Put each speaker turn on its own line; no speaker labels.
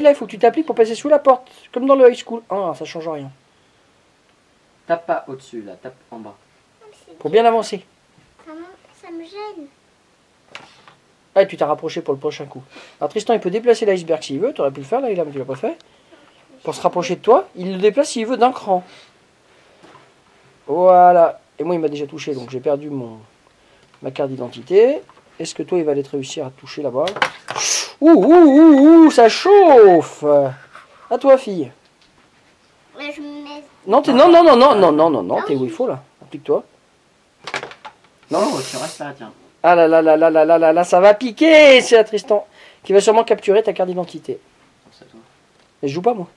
Là, il faut que tu t'appliques pour passer sous la porte, comme dans le high school. Ah, ça change rien.
Tape pas au-dessus, là, tape en bas.
Pour bien avancer.
Maman, ça me gêne.
Ah, tu t'as rapproché pour le prochain coup. Alors Tristan, il peut déplacer l'iceberg s'il veut. T'aurais pu le faire, là, il a- mais tu l'as pas fait. Pour se rapprocher de toi, il le déplace s'il veut d'un cran. Voilà. Et moi, il m'a déjà touché, donc j'ai perdu mon ma carte d'identité. Est-ce que toi, il va aller te réussir à te toucher là-bas Ouh, ouh, ouh, ouh, ça chauffe À toi, fille.
Mais je me mets.
Non, t'es- non, non, non, non, non, non, non, non, t'es où il faut, là. Applique-toi. Non,
Non, tu restes là, tiens.
Ah là là là là là là là là, ça va piquer, c'est à Tristan, qui va sûrement capturer ta carte d'identité.
Pense à toi.
Mais je joue pas, moi.